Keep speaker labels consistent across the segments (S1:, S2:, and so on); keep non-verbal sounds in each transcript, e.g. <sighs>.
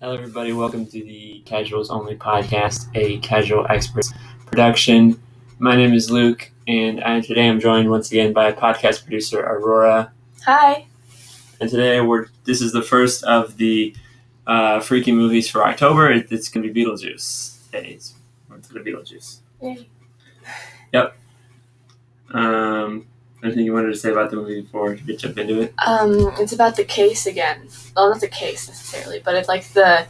S1: Hello, everybody. Welcome to the Casuals Only podcast, a casual experts production. My name is Luke, and I, today I'm joined once again by podcast producer Aurora.
S2: Hi.
S1: And today we're this is the first of the uh, freaky movies for October. It, it's going to be Beetlejuice days. It's going to be Beetlejuice.
S2: Yay.
S1: Um, anything you wanted to say about the movie before we jump into it?
S2: Um, it's about the case again. Well, not the case necessarily, but it's like the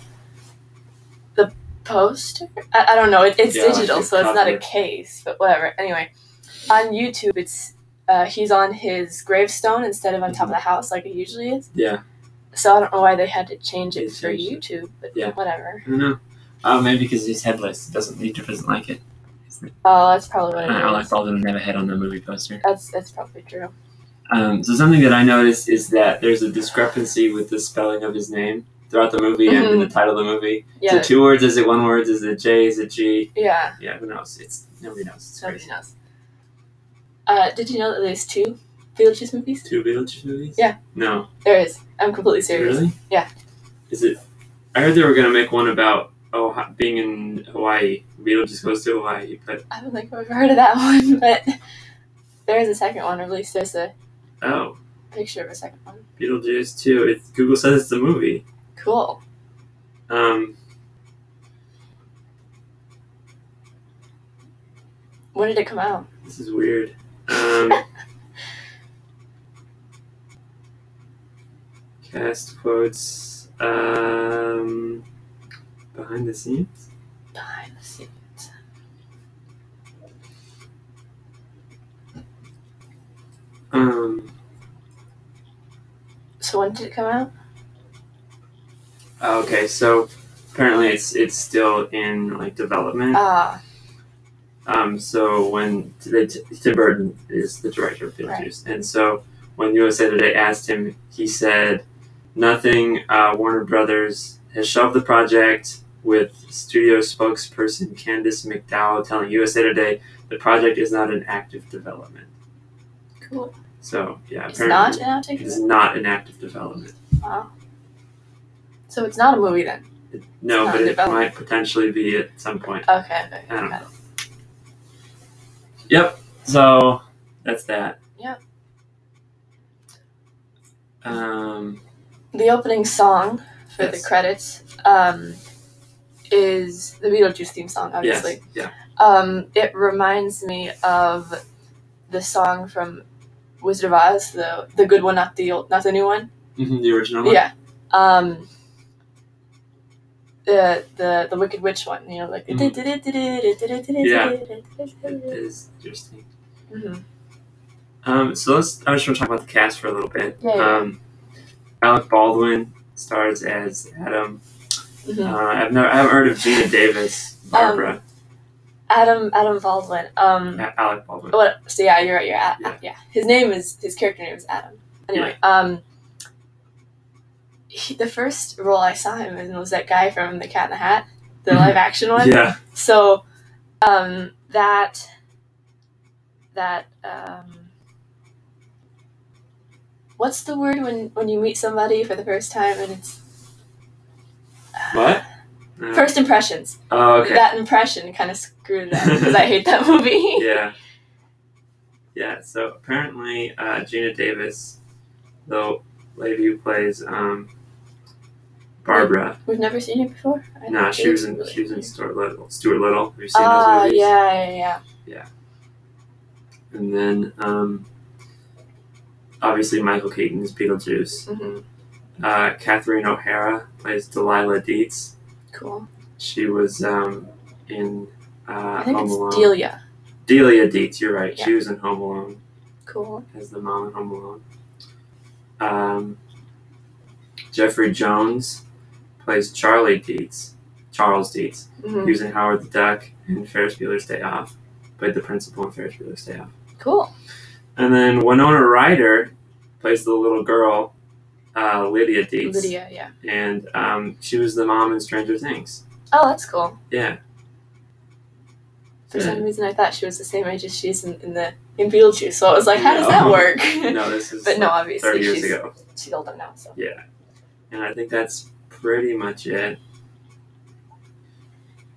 S2: the poster. I, I don't know. It, it's
S1: Yeah, like
S2: digital,
S1: the
S2: so it's not a
S1: cover.
S2: case. But whatever. Anyway, on YouTube, it's uh, he's on his gravestone instead of on
S1: Mm-hmm.
S2: top of the house like it usually is.
S1: Yeah,
S2: So I don't know why they had to change
S1: They
S2: it for
S1: changed
S2: YouTube, but
S1: Yeah.
S2: whatever.
S1: I don't know. Oh, maybe because he's headless. Doesn't YouTube doesn't like it.
S2: Oh, that's probably what
S1: I
S2: it
S1: like
S2: is.
S1: Baldwin have a head on the movie poster.
S2: That's that's probably true.
S1: Um, so something that I noticed is that there's a discrepancy with the spelling of his name throughout the movie and in the title of the movie.
S2: Mm-hmm. Yeah.
S1: Is it two words? Is it one word? Is it J? Is it G?
S2: yeah.
S1: Yeah, who knows? It's nobody knows. It's
S2: Nobody
S1: crazy.
S2: knows. Uh, did you know that there's two Beetlejuice movies?
S1: Two Beetlejuice movies?
S2: Yeah.
S1: No.
S2: There is. I'm completely serious.
S1: Really?
S2: Yeah.
S1: Is it? I heard they were gonna make one about oh ha- being in Hawaii. Beetlejuice goes to Hawaii, but
S2: I don't think I've ever heard of that <laughs> one, but there is a second one, or at least there's a
S1: oh,
S2: picture of a second one.
S1: Beetlejuice too. It's Google says it's a movie.
S2: Cool.
S1: Um,
S2: When did it come out?
S1: this is weird. Um. cast quotes um, behind the scenes.
S2: Behind the scenes.
S1: Um,
S2: So when did it come out?
S1: oh, okay, so apparently it's it's still in like development.
S2: Ah,
S1: Um, so when they, Tim Burton is the director of
S2: Right.
S1: Beetlejuice, and so when USA Today asked him, he said nothing. Uh, Warner Brothers has shelved the project. With studio spokesperson Candice McDowell telling USA Today the project is not in active development.
S2: cool.
S1: So yeah,
S2: It's
S1: apparently
S2: not an outtake?
S1: It's not in active development.
S2: So it's not a movie then?
S1: It- No,
S2: Not
S1: but
S2: in
S1: it
S2: development.
S1: might potentially be at some point.
S2: Okay, okay.
S1: I don't
S2: got
S1: know. Yep. So that's that.
S2: Yep.
S1: Um.
S2: it. The opening song for
S1: yes.
S2: the credits um, is the Beetlejuice theme song,
S1: Yes.
S2: obviously.
S1: Yeah.
S2: Um, it reminds me of the song from Wizard of Oz, the the good one, not the old, not the new one.
S1: Mhm, the original one.
S2: Yeah. Um. The the the Wicked Witch one, you know, like.
S1: Mhm. It
S2: Mhm.
S1: is interesting.
S2: Mm-hmm.
S1: Um. So let's. I just want to talk about the cast for a little bit.
S2: Yeah, yeah.
S1: Um. Alec Baldwin stars as Adam.
S2: Mhm.
S1: Uh, I've never. I haven't heard of Gina Davis.
S2: Um,
S1: Barbara.
S2: Adam Adam Baldwin. Um.
S1: A- Alec Baldwin.
S2: What? So yeah, you're right. You're at,
S1: Yeah.
S2: yeah. His name is his character name is Adam. Anyway, um. He, the first role I saw him in was that guy from The Cat in the Hat, the
S1: Mhm.
S2: live action one.
S1: Yeah.
S2: So, um, that that um, what's the word when when you meet somebody for the first time and it's
S1: What? Uh,
S2: first impressions?
S1: oh, okay.
S2: That impression kind of screwed it up because I hate
S1: <laughs>
S2: that movie. <laughs>
S1: yeah. Yeah, so apparently uh, Gina Davis, the lady who plays um, Barbara,
S2: We've never seen it before. I
S1: no,
S2: don't
S1: she
S2: think
S1: was in
S2: we've
S1: she was in
S2: seen it.
S1: Stuart Little. Stuart Little, have you seen
S2: Ah,
S1: those movies?
S2: yeah, yeah, yeah.
S1: And then um, obviously Michael Keaton is Beetlejuice.
S2: Mhm.
S1: Uh, Catherine O'Hara plays Delilah Dietz.
S2: Cool.
S1: She was um, in uh,
S2: I think
S1: Home
S2: it's
S1: Alone.
S2: Delia.
S1: Delia Dietz, you're right. She
S2: Yeah.
S1: was in Home Alone.
S2: Cool.
S1: as the mom in Home Alone. Um, Jeffrey Jones plays Charlie Dietz, Charles Dietz.
S2: Mhm.
S1: He was in Howard the Duck and Ferris Bueller's Day Off, played the principal in Ferris Bueller's Day Off.
S2: Cool.
S1: And then Winona Ryder plays the little girl, uh, Lydia Dietz,
S2: Lydia, yeah.
S1: and um, she was the mom in Stranger Things.
S2: Oh, that's cool.
S1: Yeah,
S2: For
S1: Mm.
S2: some reason, I thought she was the same age as she is in, in the in Beetlejuice. So I was like, how does that
S1: No.
S2: work?
S1: <laughs> no, this is
S2: <laughs> But no,
S1: like
S2: obviously
S1: thirty years
S2: she's
S1: ago,
S2: she's older now, so
S1: and I think that's pretty much it.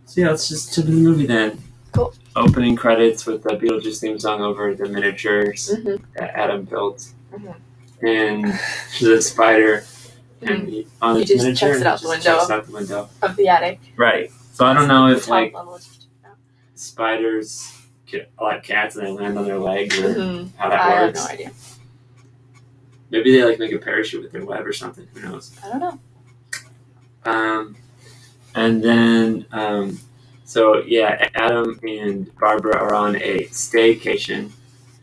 S1: So yeah, let's just to the movie then.
S2: Cool.
S1: Opening credits with the Beetlejuice theme song over the miniatures
S2: Mm-hmm.
S1: that Adam built,
S2: Mhm.
S1: and the spider. And he, on
S2: Mm-hmm. He
S1: his
S2: just
S1: miniature,
S2: checks it
S1: he
S2: out the
S1: just
S2: window.
S1: Checks out the window.
S2: Of the attic.
S1: Right. So I don't know if like
S2: Mm-hmm.
S1: spiders get like cats and they land on their legs or how that
S2: Mm-hmm. I have
S1: works.
S2: no idea.
S1: Maybe they like make a parachute with their web or something. Who knows?
S2: I don't know.
S1: Um, and then, um, so yeah, Adam and Barbara are on a staycation.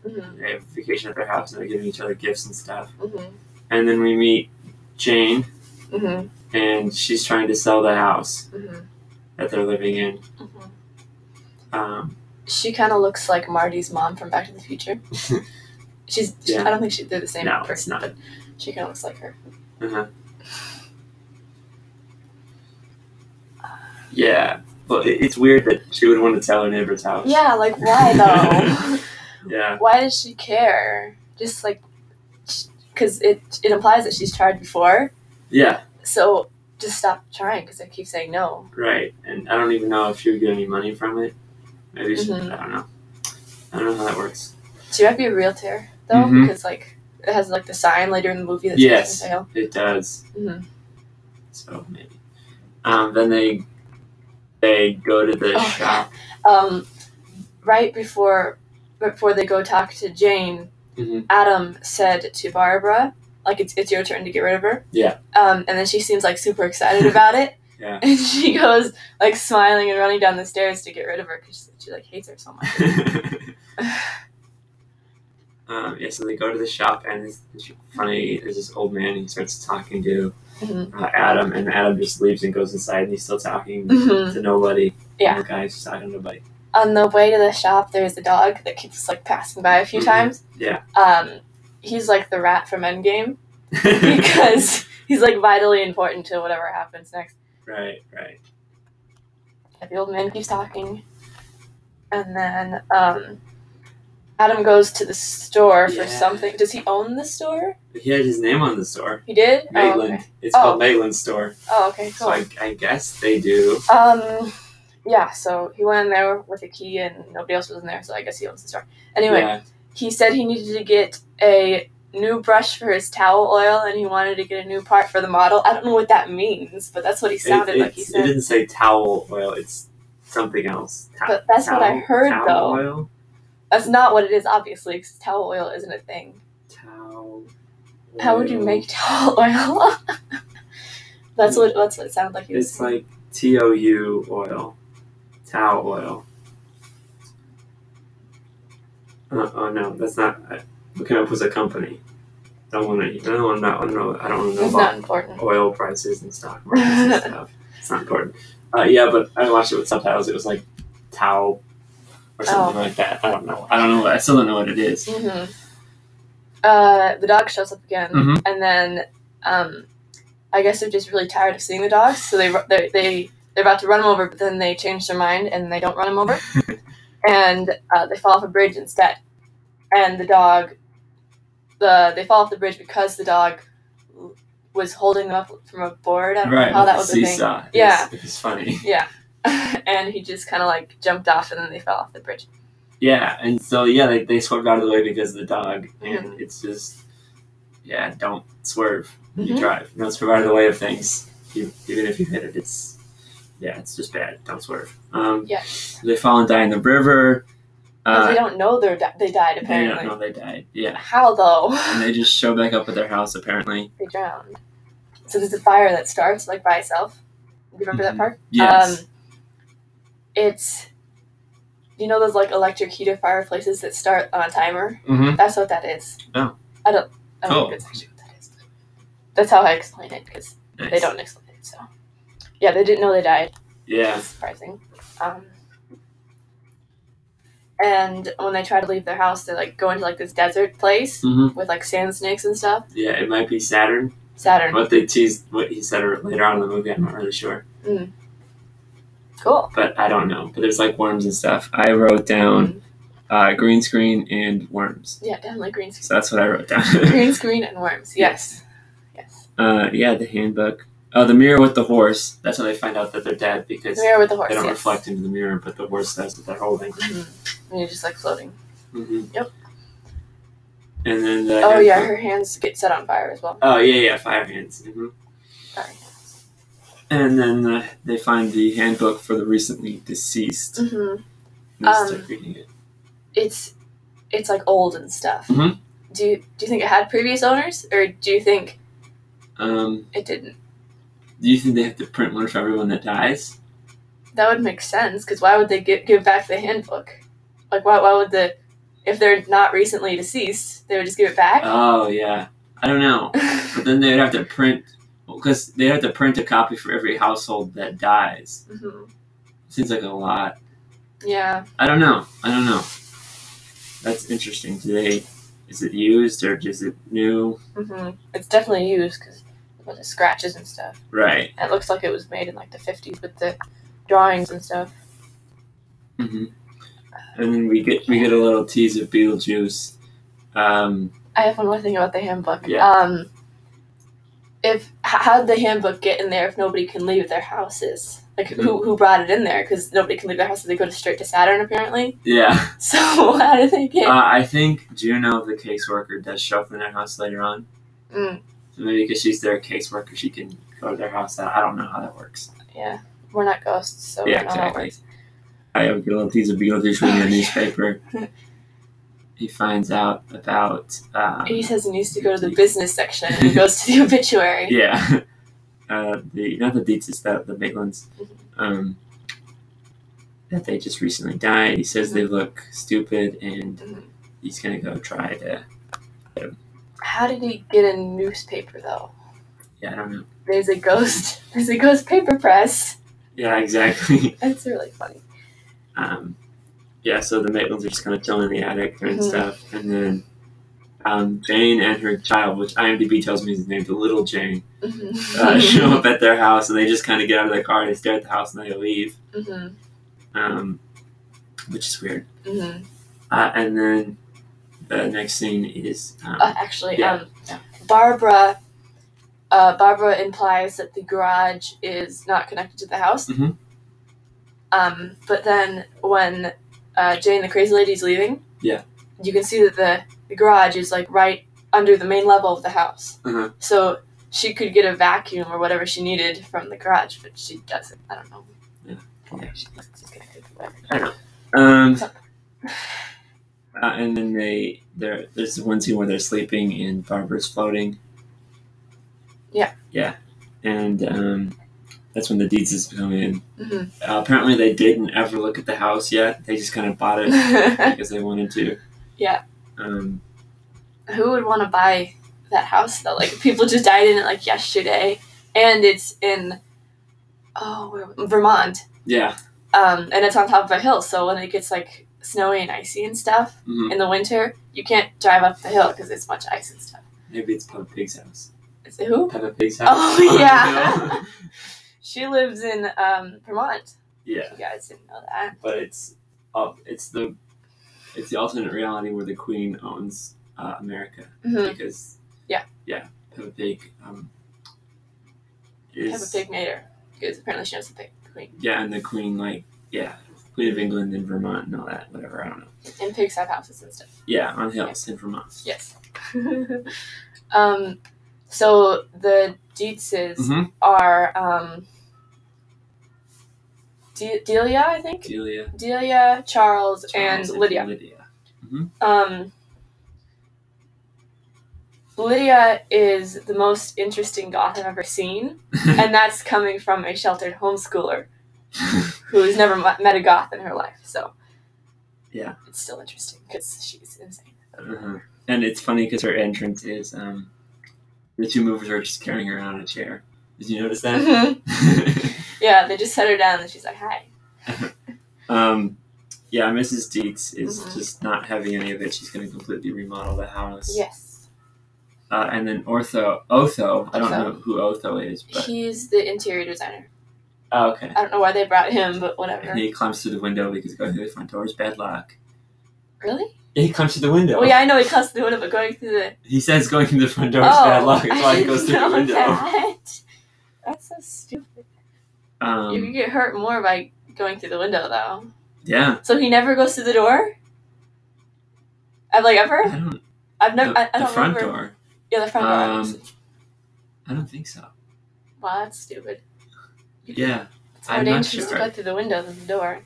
S2: Mm-hmm.
S1: They have a vacation at their house and they're giving each other gifts and stuff.
S2: Mm-hmm.
S1: And then we meet Jane,
S2: Mm-hmm.
S1: and she's trying to sell the house
S2: Mm-hmm.
S1: that they're living in.
S2: Mm-hmm.
S1: Um,
S2: She kind of looks like Marty's mom from Back to the
S1: <laughs>
S2: Future. She's. she-
S1: Yeah.
S2: I don't think she, they're the same
S1: No, it's
S2: person,
S1: not.
S2: but she kind of looks like her.
S1: yeah, well, it- it's weird that she would want to sell her neighbor's house.
S2: Yeah, like
S1: <laughs>
S2: why though?
S1: Yeah,
S2: why does she care? Just like, because it it implies that she's tried before.
S1: yeah,
S2: So just stop trying because I keep saying no.
S1: right. And I don't even know if she would get any money from it. Maybe she,
S2: Mhm.
S1: I don't know. I don't know how that works.
S2: She might be a realtor though,
S1: Mhm.
S2: because like it has like the sign later in the movie that says
S1: Yes.
S2: for sale.
S1: It does.
S2: Mhm.
S1: So maybe. Um, then they they go to the
S2: Oh,
S1: shop.
S2: Um, right before before they go talk to Jane,
S1: Mhm.
S2: Adam said to Barbara, like it's it's your turn to get rid of her.
S1: Yeah.
S2: Um, and then she seems like super excited about it.
S1: <laughs> Yeah.
S2: <laughs> And she goes like smiling and running down the stairs to get rid of her because she, like hates her
S1: <laughs>
S2: so much.
S1: Mm-hmm. um, yeah, so they go to the shop, and it's, it's funny. There's this old man. He starts talking to
S2: Mhm.
S1: uh, Adam, and Adam just leaves and goes inside, and he's still talking
S2: Mhm.
S1: to nobody.
S2: Yeah.
S1: The guy's just talking to nobody.
S2: On the way to the shop, there's a dog that keeps like passing by a few
S1: Mhm.
S2: times.
S1: Yeah.
S2: Um, he's like the rat from Endgame
S1: <laughs>
S2: because he's like vitally important to whatever happens next.
S1: right, right.
S2: Yeah, the old man keeps talking. And then um, Adam goes to the store
S1: Yeah.
S2: for something. Does he own the store?
S1: But he had his name on the store,
S2: He did? Oh,
S1: Maitland.
S2: okay.
S1: It's
S2: Oh.
S1: called Maitland Store.
S2: Oh, okay,
S1: So
S2: cool.
S1: I, I guess they do.
S2: Um, yeah, so he went in there with a key and nobody else was in there, so I guess he owns the store. Anyway,
S1: Yeah.
S2: he said he needed to get a new brush for his towel oil and he wanted to get a new part for the model. I don't know what that means, but that's what he
S1: It-
S2: sounded like he
S1: it's- It
S2: said.
S1: didn't say towel oil. It's something else. Ta-
S2: But that's what I
S1: towel-
S2: heard,
S1: towel
S2: though.
S1: Oil?
S2: That's not what it is, obviously, because towel oil isn't a thing.
S1: Towel.
S2: How would you
S1: oil.
S2: make <laughs> towel oil? that's what that's what it sounded like. he was
S1: It's
S2: saying.
S1: like T O U oil, towel oil. Uh, oh no, that's not. I, looking up was a company. Don't want to. I don't want to. I don't know. I don't want to know
S2: it's
S1: about
S2: not important.
S1: oil prices and stock markets and
S2: <laughs>
S1: stuff. It's not important. Uh, yeah, but I watched it with subtitles. It was like towel or
S2: Oh.
S1: something like that. I don't know. I don't know. I still don't know what it is.
S2: hmm Uh, the dog shows up again,
S1: Mhm.
S2: and then um, I guess they're just really tired of seeing the dogs, so they ru- they they they're about to run him over, but then they change their mind and they don't run him
S1: <laughs>
S2: over, and uh, they fall off a bridge instead, and the dog, the they fall off the bridge because the dog was holding them up from a board. I don't know how Oh, that was a thing.
S1: seesaw. It's-
S2: Yeah.
S1: it's funny.
S2: <laughs> and he just kind of like jumped off and then they fell off the bridge.
S1: Yeah, and so yeah, they, they swerved out of the way because of the dog, and
S2: Mm-hmm.
S1: it's just yeah, don't swerve when you
S2: Mhm.
S1: drive. Don't swerve out of the way of things, you, even if you hit it. It's yeah, it's just bad. Don't swerve. Um,
S2: Yeah.
S1: they fall and die in the river.
S2: 'Cause
S1: Uh,
S2: they don't know they're di- they died
S1: they don't
S2: apparently.
S1: know they died. Yeah,
S2: How
S1: <laughs>
S2: though?
S1: and they just show back up at their house apparently.
S2: they drowned. So there's a fire that starts like by itself. You remember
S1: Mhm.
S2: that part?
S1: Yes.
S2: Um, it's you know those like electric heated fireplaces that start on a timer.
S1: mm-hmm.
S2: That's what that is.
S1: Oh.
S2: I don't. I don't
S1: Oh.
S2: think that's actually what that is. but That's how I explain it because
S1: nice.
S2: they don't explain it. So yeah, they didn't know they died.
S1: Yeah.
S2: surprising. Um, and when they try to leave their house, they like go into like this desert place
S1: hmm
S2: with like sand snakes and stuff.
S1: Yeah, it might be Saturn.
S2: Saturn,
S1: What they teased, what he said er, later on in the movie, I'm not really sure.
S2: cool.
S1: but I don't know. But there's like worms and stuff. I wrote down
S2: Mm-hmm.
S1: uh, green screen and worms.
S2: Yeah, definitely green
S1: <laughs>
S2: screen. <coughs>
S1: So that's what I wrote down.
S2: green screen and worms. Yes, yes.
S1: uh, yeah, the handbook. Oh, the mirror with the horse. That's how they find out that they're dead because
S2: The mirror with the horse.
S1: they don't
S2: yes.
S1: reflect into the mirror, but the horse says that they're holding.
S2: Mhm. And you're just like floating.
S1: hmm
S2: Yep.
S1: And then. The
S2: Oh
S1: hand-
S2: yeah, her hands get set on fire as well.
S1: Oh yeah, yeah, fire hands. hmm
S2: Fire
S1: And then uh, they find the handbook for the recently deceased.
S2: hmm
S1: And they
S2: Um,
S1: start reading it.
S2: It's it's like old and stuff.
S1: Mhm.
S2: Do you do you think it had previous owners, or do you think
S1: Um,
S2: it didn't?
S1: do you think they have to print one for everyone that dies?
S2: That would make sense because why would they give give back the handbook? Like why why would the if they're not recently deceased, they would just give it back. <laughs>
S1: Oh yeah, I don't know. But then they'd have to print because they'd have to print a copy for every household that dies.
S2: hmm
S1: Seems like a lot.
S2: Yeah,
S1: I don't know. I don't know. That's interesting. Do they? Is it used or is it new?
S2: hmm it's definitely used because of the scratches and stuff.
S1: Right.
S2: And It looks like it was made in like the fifties with the drawings and stuff.
S1: hmm And then we get we get a little tease of Beetlejuice. Um,
S2: I have one more thing about the handbook.
S1: Yeah.
S2: Um, if h- how did the handbook get in there if nobody can leave their houses? Like
S1: Hmm.
S2: who who brought it in there? Because nobody can leave their houses. They go to straight to Saturn apparently. <laughs>
S1: yeah.
S2: So how did they get?
S1: Uh, I think Juno, the caseworker, does show up in their house later on.
S2: Mm.
S1: So maybe because she's their caseworker, she can go to their house. I I don't know how that works.
S2: yeah, we're not ghosts, so
S1: yeah,
S2: we don't know how it
S1: exactly.
S2: works.
S1: I have a little tease of Beetlejuice reading
S2: Oh,
S1: the
S2: yeah.
S1: newspaper. he finds out about. Um,
S2: He says he needs to go to the business section. and He goes
S1: <laughs>
S2: to the obituary.
S1: Yeah. <laughs> Uh, the not the Deets, it's the the Maitlands. Um, that they just recently died. He says they look stupid, and
S2: Mhm.
S1: he's gonna go try to.
S2: How did he get a newspaper though?
S1: Yeah, I don't know.
S2: There's a ghost. <laughs> There's a ghost paper press.
S1: Yeah, exactly. <laughs>
S2: That's really funny.
S1: um, yeah, so the Maitlands are just kind of chilling in the attic doing
S2: Mhm.
S1: stuff, and then um, Jane and her child, which IMDb tells me is named Little Jane,
S2: <laughs>
S1: uh, show up at their house, and they just kind of get out of their car, they stare at the house, and they leave,
S2: hmm
S1: um, which is weird.
S2: hmm
S1: Uh, and then the next scene is um,
S2: uh, actually
S1: Yeah.
S2: um
S1: Yeah.
S2: barbara uh, barbara implies that the garage is not connected to the house
S1: Mhm.
S2: um but then when uh, jane the crazy lady is leaving
S1: Yeah.
S2: you can see that the, the garage is like right under the main level of the house
S1: Uh-huh.
S2: so she could get a vacuum or whatever she needed from the garage but she doesn't i don't know
S1: Yeah. Yeah.
S2: She's connected to whatever.
S1: um,
S2: so-
S1: uh, and then they there there's the one scene where they're sleeping and Barbara's floating.
S2: Yeah.
S1: Yeah, and um, that's when the deeds is come in.
S2: Mhm.
S1: Uh, apparently, they didn't ever look at the house yet. They just kind of bought
S2: <laughs>
S1: it because they wanted to.
S2: Yeah.
S1: Um,
S2: who would want to buy that house though? Like people just died in it like yesterday, and it's in oh where, Vermont,
S1: yeah.
S2: um, and it's on top of a hill. So when it gets like snowy and icy and stuff
S1: mhm.
S2: in the winter, you can't drive up the hill because it's much ice and stuff.
S1: Maybe it's Peppa Pig's house.
S2: Is it who?
S1: Peppa Pig's house. <laughs>
S2: Oh yeah,
S1: No.
S2: she lives in um, Vermont.
S1: <laughs> yeah.
S2: You guys didn't know that.
S1: but it's uh, it's the it's the alternate reality where the queen owns uh, America
S2: Mhm.
S1: because
S2: Yeah.
S1: yeah Peppa Pig um, is
S2: Peppa Pig made her because apparently she knows the pig queen,
S1: yeah and the queen like yeah Queen of England in Vermont and all that whatever I don't know
S2: and pigs have houses and stuff.
S1: yeah on hills in Vermont
S2: Yes. <laughs> um, so the Dietzes
S1: Mhm.
S2: are um, De- Delia, I think.
S1: Delia
S2: Delia, Charles,
S1: Charles,
S2: and Lydia.
S1: Lydia
S2: Um, Lydia is the most interesting goth I've
S1: <laughs>
S2: ever seen, and that's coming from a sheltered homeschooler who has never mu- met a goth in her life. So,
S1: Yeah.
S2: it's still interesting because she's insane.
S1: uh-huh. and it's funny because her entrance is um, the two movers are just carrying her on a chair did you notice
S2: <laughs>
S1: that
S2: Mhm. Yeah, they just set her down and she's like, "Hi."
S1: Um, yeah, Mrs. Dietz is
S2: Mhm.
S1: just not having any of it. She's going to completely remodel the house.
S2: Yes.
S1: Uh, and then Ortho, Otho, I don't
S2: Otho.
S1: know who Otho is, but
S2: He's the interior designer.
S1: oh, okay.
S2: I don't know why they brought him, but whatever.
S1: And he climbs through the window because going through the front door is bad luck.
S2: Really?
S1: Yeah, he climbs through the window.
S2: Well, Oh, yeah, I know he comes through the window, but going through the.
S1: He says going through the front door is
S2: oh, <laughs>
S1: bad luck. That's
S2: I
S1: why he
S2: didn't
S1: goes through the
S2: know
S1: window.
S2: That. That's so stupid. you could
S1: Um,
S2: get hurt more by going through the window, though.
S1: yeah.
S2: So he never goes through the door. I've like
S1: I
S2: ever.
S1: don't,
S2: I've never.
S1: the,
S2: I, I
S1: the
S2: don't
S1: front
S2: remember.
S1: door.
S2: Yeah, the front door.
S1: Um,
S2: obviously.
S1: I don't think so.
S2: Wow, that's stupid.
S1: Yeah.
S2: It's more
S1: I'm not
S2: dangerous
S1: sure.
S2: to go through the window than the door.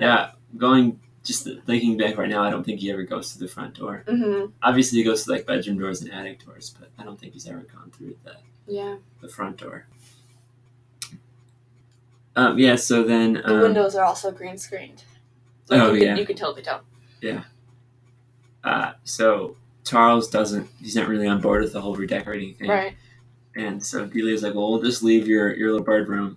S1: Yeah. Going, just thinking back right now, I don't think he ever goes to the front door.
S2: Mm-hmm.
S1: Obviously, he goes to like bedroom doors and attic doors, but I don't think he's ever gone through the,
S2: Yeah.
S1: the front door. Um, yeah, so then.
S2: The
S1: Um,
S2: windows are also green screened.
S1: Oh,
S2: you can,
S1: yeah.
S2: You can totally tell.
S1: Uh, so Charles doesn't. He's not really on board with the whole redecorating thing. <laughs>
S2: Right.
S1: And so Delia's like, "Well, we'll just leave your your little bird room,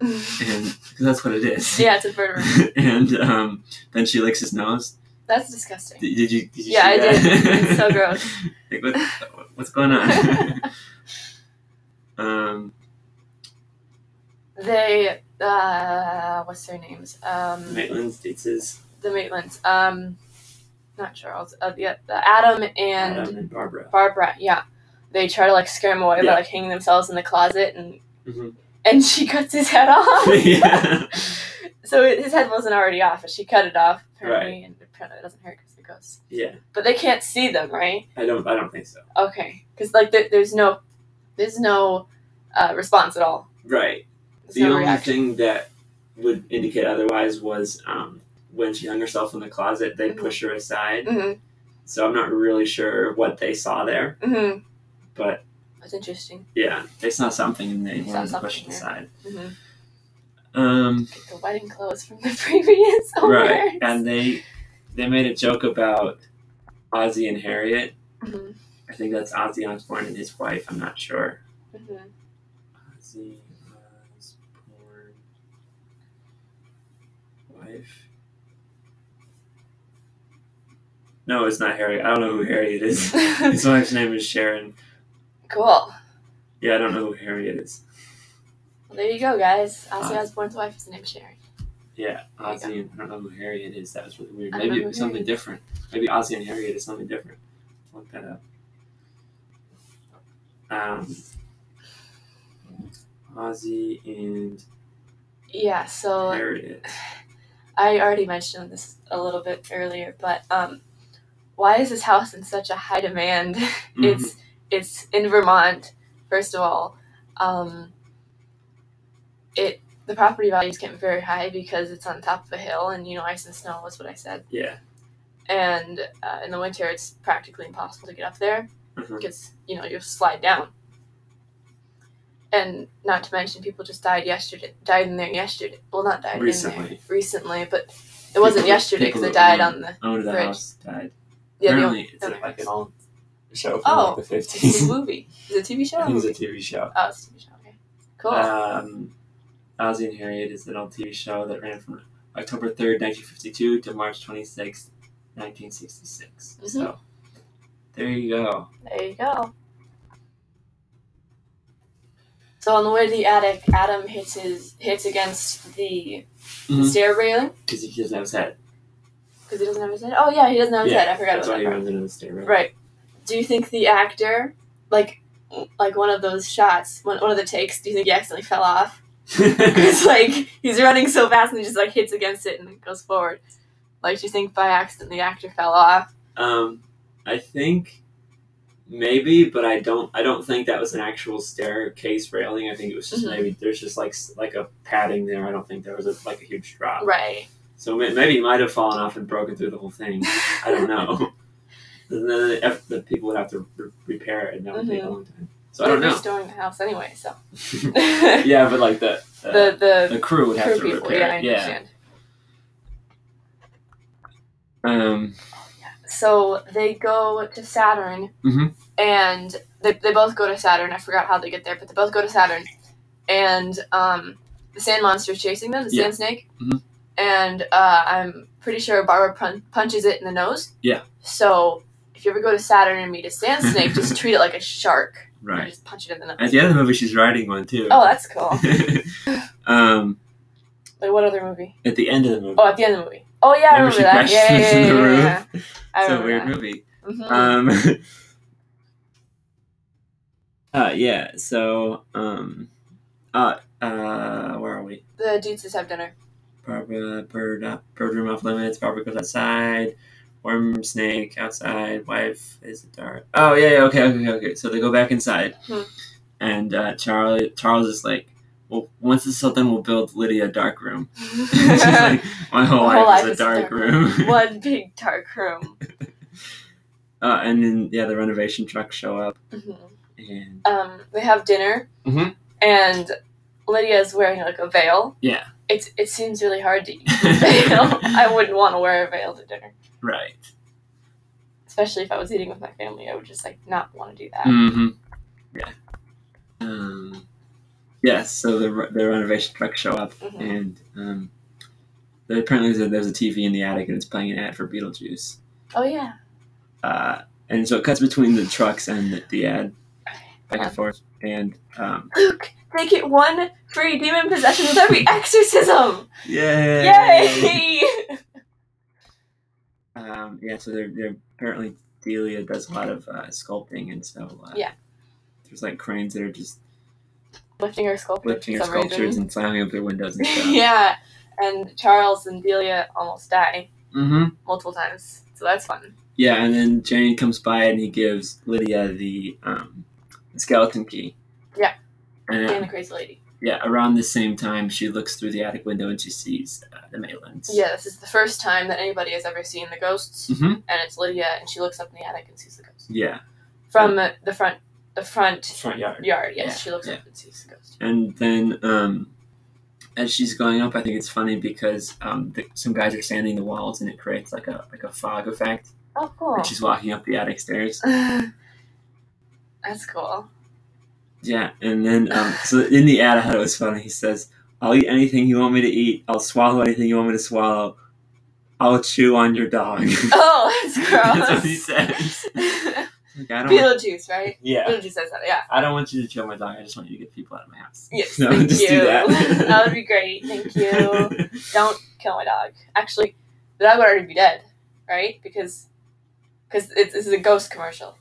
S1: and because that's what it is."
S2: yeah, it's a vertebrae.
S1: <laughs> and um, then she licks his nose.
S2: That's disgusting.
S1: Did, did you? Did you
S2: Yeah,
S1: see
S2: I
S1: that?
S2: did.
S1: <laughs>
S2: It's so gross.
S1: like, what, what's going
S2: <laughs>
S1: on? <laughs> um,
S2: They, uh, what's their names? Um,
S1: Maitland states his
S2: the Maitlands. Um, not Charles. Uh, yeah, the Adam and
S1: Adam and <laughs> Barbara.
S2: Barbara. Yeah, they try to like scare him away
S1: Yeah.
S2: by like hanging themselves in the closet, and
S1: Mhm.
S2: and <laughs> she cuts his head <laughs>
S1: <laughs>
S2: off.
S1: yeah.
S2: so it, his head wasn't already off, but she cut it off apparently, and apparently it doesn't hurt because it goes.
S1: Yeah.
S2: But they can't see them, right?
S1: I don't. I don't think so.
S2: Okay, because like there, there's no, there's no uh, response at all.
S1: Right.
S2: There's
S1: The
S2: no
S1: only
S2: reaction.
S1: thing that would indicate otherwise was um, when she hung herself in the closet, they
S2: Mhm.
S1: push her aside.
S2: Mm-hmm.
S1: So I'm not really sure what they saw there,
S2: Mm-hmm.
S1: but
S2: That's interesting.
S1: yeah, they saw something and they
S2: Saw
S1: wanted to push it
S2: something, yeah.
S1: aside.
S2: Mm-hmm.
S1: Um,
S2: The wedding clothes from the <laughs> previous owners.
S1: right, and they they made a joke about Ozzy and Harriet.
S2: Mhm,
S1: I think that's Ozzy Osbourne and his wife. I'm not sure.
S2: mhm.
S1: Ozzy Osbourne wife. No, it's not Harriet. I don't know who Harriet
S2: <laughs>
S1: is. His wife's name is Sharon.
S2: Mm-hmm. cool. Well,
S1: Yeah, I don't know who Harriet is.
S2: there you go, guys. Ozzy
S1: Uh,
S2: Osbourne's wife is named Sharon.
S1: Yeah,
S2: There you
S1: Ozzy and I don't know who Harriet is. That was really weird.
S2: I don't
S1: Maybe
S2: know
S1: it
S2: who
S1: was something
S2: Harriet
S1: different. Maybe Ozzy and Harriet is something different. Look that up. Um, Ozzy and
S2: Yeah. So
S1: Harriet.
S2: I already mentioned this a little bit earlier, but um, why is this house in such a high demand? <laughs>
S1: Mm-hmm.
S2: It's it's in Vermont, first of all. Um, it the property values get very high because it's on top of a hill, and you know ice and snow is what I said.
S1: Yeah.
S2: And uh, in the winter, it's practically impossible to get up there.
S1: Uh-huh.
S2: because you know you'll slide down. And not to mention, people just died yesterday. Died in there yesterday. Well, not died in there
S1: Recently.
S2: recently, but it wasn't
S1: People-
S2: yesterday because
S1: people
S2: they died
S1: that
S2: on the
S1: Owner of the
S2: Bridge.
S1: house died.
S2: yeah. The
S1: Apparently,
S2: only,
S1: it's a, like an old show from
S2: Oh.
S1: like the <laughs>
S2: <laughs> it's a
S1: 50s.
S2: movie. Is it a TV
S1: <laughs>
S2: show?
S1: I
S2: Or
S1: think it's
S2: movie?
S1: a TV show.
S2: Oh, it's a TV show. Okay, cool.
S1: Um, Ozzy and Harriet is an old TV show that ran from October 3rd, 1952 to March 26th, 1966. So, there you go.
S2: there you go. So on the way to the attic, Adam hits his hits against the
S1: Because
S2: stair railing
S1: he doesn't have his head.
S2: because he doesn't have his head. Oh yeah, he doesn't have his
S1: Yeah,
S2: head. I forgot about
S1: That's
S2: that.
S1: why he
S2: part.
S1: runs into the stair. rail.
S2: Right. <laughs> Do you think the actor, like, like one of those shots, one, one of the takes, do you think he accidentally fell off? It's like he's running so fast and he just like hits against it and goes forward. Like, do you think by accident the actor fell off?
S1: um, I think maybe, but I don't. I don't think that was an actual staircase railing. I think it was just
S2: Mhm.
S1: maybe there's just like s- like a padding there. I don't think there was a, like a huge drop.
S2: Right.
S1: So ma- maybe he might have fallen off and broken through the whole thing. I don't
S2: <laughs>
S1: know. and then if the people would have to re- repair it, and that would take
S2: Mm-hmm.
S1: a long time. So I don't
S2: They're <laughs>
S1: know.
S2: restoring the house anyway, so.
S1: yeah, but like the the,
S2: the the
S1: the crew would Uh, have
S2: crew
S1: to
S2: people, yeah, I
S1: repair it.
S2: understand.
S1: Um.
S2: So they go to Saturn,
S1: Mhm.
S2: and they, they both go to Saturn. I forgot how they get there, but they both go to Saturn, and um, the sand monster is chasing them, the
S1: Yeah.
S2: sand snake,
S1: Mhm.
S2: and uh, I'm pretty sure Barbara pun- punches it in the nose.
S1: Yeah.
S2: So if you ever go to Saturn and meet
S1: <laughs>
S2: a sand snake, just treat it like a shark. You
S1: Right.
S2: Just punch it in the nose.
S1: At the end of the movie, she's riding one too.
S2: Oh, that's cool.
S1: <laughs> um.
S2: like what other movie?
S1: At the end of the movie.
S2: Oh, at the end of the movie. Oh yeah, I
S1: Remember
S2: remember
S1: she
S2: that.
S1: crashes
S2: Yeah,
S1: into
S2: yeah, yeah,
S1: the
S2: yeah,
S1: roof?
S2: yeah, yeah. I
S1: it's a
S2: remember
S1: weird
S2: that.
S1: movie.
S2: Mhm.
S1: Um. <laughs> uh. Yeah. So. Um. Uh, uh, where are we?
S2: The dudes just
S1: <laughs>
S2: have dinner. <laughs>
S1: Barbara, bird, uh, bird room off limits. Barbara goes outside. Worm snake outside. Wife is a dart. Oh yeah, yeah, okay, okay, okay, okay. So they go back inside,
S2: Hmm.
S1: and uh, Charlie, Charles is like, "Well, once this is all done, we'll build Lydia a dark
S2: <laughs>
S1: room." <laughs> She's like, "My whole, life, is a dark, room." <coughs> <laughs>
S2: One big dark room.
S1: Uh, and then yeah, the renovation trucks show up,
S2: Mhm. <laughs>
S1: and
S2: um, they have dinner,
S1: Mhm.
S2: and Lydia is wearing like a veil.
S1: Yeah.
S2: It's, it seems really hard
S1: <laughs>
S2: to eat a veil. I wouldn't want to wear a veil to dinner,
S1: right.
S2: especially if I was eating with my family. I would just like not want to do that.
S1: Mm-hmm. Yeah. Um, yes. So the re- the renovation trucks show up,
S2: Mhm.
S1: and um, there apparently there's a, there's a TV in the attic, and it's playing an ad for Beetlejuice.
S2: Oh yeah.
S1: Uh, and so it cuts between the trucks and the, the ad, back and forth, and um,
S2: Luke, they get one free demon possession with every exorcism.
S1: yay!
S2: Yay! <laughs>
S1: Um, yeah. So they're they're apparently Delia does a lot of uh, sculpting, and so uh,
S2: Yeah.
S1: There's like cranes that are just
S2: Lifting her sculpture
S1: lifting her
S2: for some
S1: sculptures
S2: reason.
S1: and slamming up their windows
S2: <laughs>
S1: and stuff.
S2: yeah, and Charles and Delia almost die
S1: Mm-hmm.
S2: multiple times, so that's fun.
S1: Yeah, and then Jane comes by and he gives Lydia the um, skeleton key.
S2: Yeah.
S1: And
S2: And
S1: uh,
S2: the crazy lady.
S1: yeah, around the same time, she looks through the attic window and she sees uh, the Maylands.
S2: Yeah, this is the first time that anybody has ever seen the ghosts,
S1: hmm
S2: and it's Lydia, and she looks up in the attic and sees the ghost
S1: Yeah.
S2: from the the front, the front
S1: Front yard.
S2: yard. Yes,
S1: Yeah,
S2: she looks
S1: yeah.
S2: up and sees the ghost.
S1: And then um, as she's going up, I think it's funny because um, the, some guys are sanding the walls and it creates like a like a fog effect.
S2: Oh, cool.
S1: And she's walking up the attic stairs.
S2: <laughs> that's cool.
S1: Yeah, and then um, so in the ad, I thought it was funny. He says, "I'll eat anything you want me to eat. I'll swallow anything you want me to swallow. I'll chew on your dog." <laughs>
S2: Oh, that's
S1: That's what he
S2: gross.
S1: says. Like, I don't want,
S2: Beetlejuice, right?
S1: yeah,
S2: Beetlejuice says that. Yeah.
S1: I don't want you to chew on my dog. I just want you to get people out of my house.
S2: Yes.
S1: <laughs> No,
S2: thank
S1: just
S2: you.
S1: do
S2: <laughs>
S1: that.
S2: would be
S1: <laughs>
S2: great. Thank you. Don't kill my dog. Actually, the dog would already be dead, right? Because because this is a ghost commercial,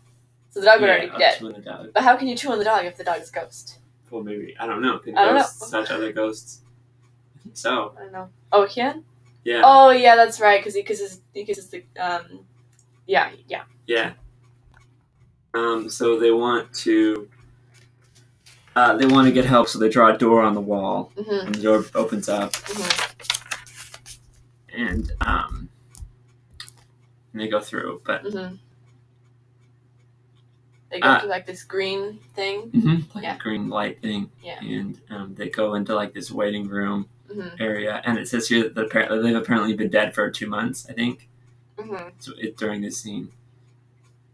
S2: so the dog would
S1: Yeah,
S2: already be
S1: I'll
S2: dead.
S1: chew on the dog.
S2: But how can you chew on the dog if the dog's a ghost?
S1: Well, maybe I don't know. Can
S2: I don't know.
S1: ghosts touch other ghosts? I think So
S2: I don't know. Oh, it can?
S1: yeah,
S2: Oh, yeah, that's right. Because he kisses. He kisses the. Um, yeah, yeah.
S1: yeah. Um, so they want to. Uh, they want to get help, so they draw a door on the wall,
S2: hmm
S1: and the door opens up,
S2: hmm
S1: Mm-hmm. and um, and they go through. But
S2: hmm They go
S1: Ah.
S2: through like this green thing.
S1: like
S2: Yeah.
S1: a green light thing,
S2: Yeah.
S1: and um, they go into like this waiting room
S2: hmm
S1: area, and it says here that apparently they've apparently been dead for two months. I think
S2: hmm
S1: so. It during this scene.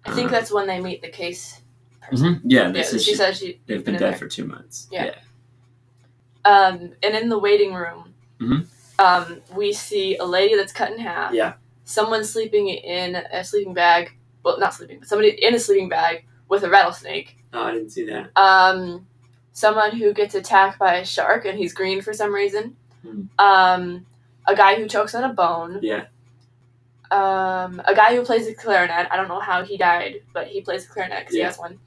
S2: I think
S1: Uh,
S2: that's when they meet the case.
S1: mhm, Yeah,
S2: Yeah,
S1: this
S2: she,
S1: is
S2: says she
S1: they've been
S2: been in
S1: dead for
S2: there.
S1: two months.
S2: Yeah. Um, and in the waiting room,
S1: Mhm.
S2: um, we see a lady that's cut in half.
S1: Yeah.
S2: Someone sleeping in a sleeping bag. Well, not sleeping, but somebody in a sleeping bag with a rattlesnake.
S1: Oh, I didn't see that.
S2: Um, someone who gets attacked by a shark and he's green for some reason.
S1: Hmm.
S2: Um, a guy who chokes on a bone.
S1: Yeah.
S2: Um, a guy who plays the clarinet. I don't know how he died, but he plays the clarinet because he
S1: Yeah.
S2: has one.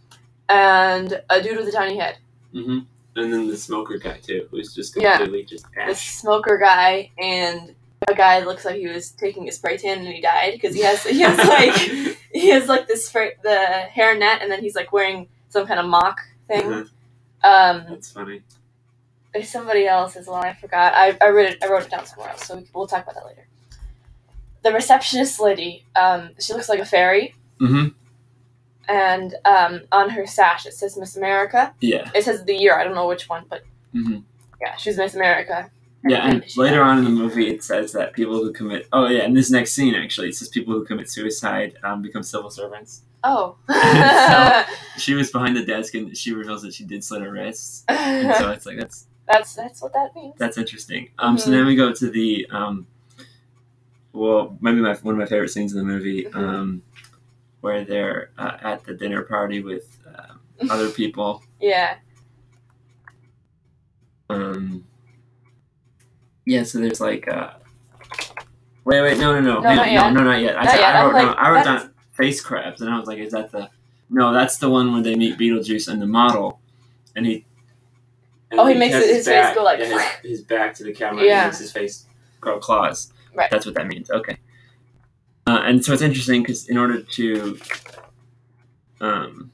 S2: And a dude with a tiny head.
S1: hmm And then the smoker guy too, who's just
S2: Yeah.
S1: completely just
S2: the <laughs>
S1: ash.
S2: smoker guy and a guy looks like he was taking a spray tan and he died because he has he
S1: <laughs>
S2: has like he has like this spray the hair net and then he's like wearing some kind of mock thing.
S1: Mhm,
S2: Um,
S1: That's funny.
S2: there's somebody else as well. I forgot. I I read it, I wrote it down somewhere else, so we- we'll talk about that later. The receptionist lady, um, she looks like a fairy,
S1: hmm
S2: and um, on her sash it says Miss America.
S1: Yeah.
S2: It says the year. I don't know which one, but
S1: hmm
S2: yeah, she's Miss America.
S1: Yeah, and
S2: She-
S1: later on in the movie, it says that people who commit oh yeah, in this next scene actually, it says people who commit suicide um, become civil servants. <laughs>
S2: Oh.
S1: She was behind the desk, and she reveals that she did slit her wrists, and so it's like that's
S2: <laughs> That's that's what that means.
S1: that's interesting. Um, so then we go to the um, well, maybe my one of my favorite scenes in the movie, um, where they're uh, at the dinner party with um other people.
S2: Yeah.
S1: Um, yeah, so there's like uh, wait, wait, no, no, no,
S2: No,
S1: hang
S2: not
S1: on,
S2: yet.
S1: no, no, not yet. I,
S2: Not
S1: I
S2: yet. I'm
S1: wrote, no,
S2: like,
S1: I wrote
S2: that
S1: down face crabs, and I was like, is that the no? That's the one where they meet Beetlejuice and the model, and he And
S2: Oh, he
S1: then
S2: makes
S1: has
S2: it- his face
S1: back-
S2: go like-
S1: yeah, his, his back to the camera.
S2: Yeah.
S1: And he makes his face grow claws.
S2: Right.
S1: That's what that means. Okay. Uh, and so it's interesting because in order to, um,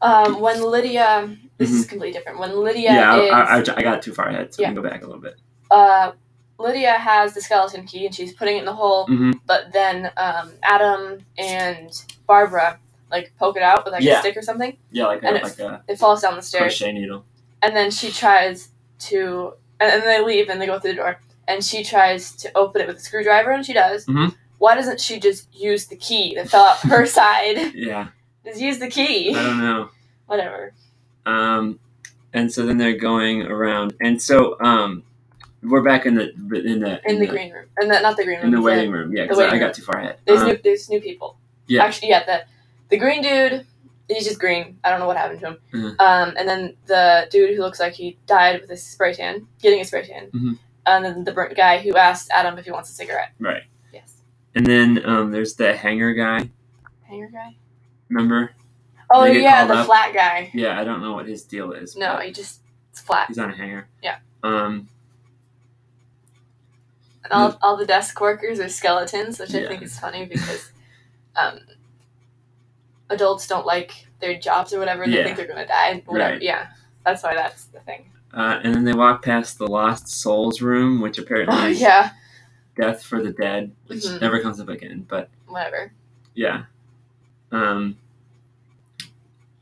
S2: Um, when Lydia, this is completely different. When Lydia
S1: Mm-hmm. yeah, I- I, I,
S2: is,
S1: I got too far ahead, so we
S2: Yeah.
S1: can go back a little bit.
S2: uh, Lydia has the skeleton key and she's putting it in the hole.
S1: hmm
S2: But then um, Adam and Barbara like poke it out with like
S1: Yeah.
S2: a stick or something.
S1: Yeah, like a,
S2: And it-
S1: like uh, a
S2: It falls down the stairs.
S1: crochet needle.
S2: and then she tries to and, and they leave and they go through the door and she tries to open it with a screwdriver and she does
S1: Mhm.
S2: why doesn't she just use the key that fell out her <laughs> side
S1: Yeah,
S2: just use the
S1: I
S2: <laughs> key
S1: don't know.
S2: whatever
S1: um, and so then they're going around, and so um, we're back in the in the
S2: in the green room and that not the green room
S1: in the
S2: but
S1: waiting room. Yeah,
S2: the
S1: because I, I
S2: waiting
S1: got too far ahead.
S2: there's
S1: Um,
S2: new there's new people
S1: yeah.
S2: actually yeah the the green dude he's just green i don't know what happened to him
S1: Mhm.
S2: um and then the dude who looks like he died with his spray tan getting a spray tan
S1: Mhm.
S2: and then the burnt guy who asked adam if he wants a cigarette
S1: right,
S2: yes
S1: and then um, there's the hanger guy.
S2: hanger guy
S1: Remember?
S2: oh
S1: They get
S2: yeah
S1: called
S2: the
S1: up.
S2: flat guy
S1: Yeah, I don't know what his deal is.
S2: No,
S1: but
S2: he just it's flat.
S1: he's on a hanger.
S2: Yeah.
S1: Um,
S2: And all, all the desk workers are skeletons, which I
S1: Mm-hmm. Yeah.
S2: think is funny because um, adults don't like their jobs or whatever. They
S1: Yeah.
S2: think they're gonna die. And whatever.
S1: Right.
S2: Yeah, that's why that's the thing.
S1: uh, and then they walk past the lost souls room, which apparently is
S2: <laughs> yeah,
S1: death for the dead, which
S2: Mhm.
S1: never comes up again. But
S2: whatever.
S1: Yeah. Um,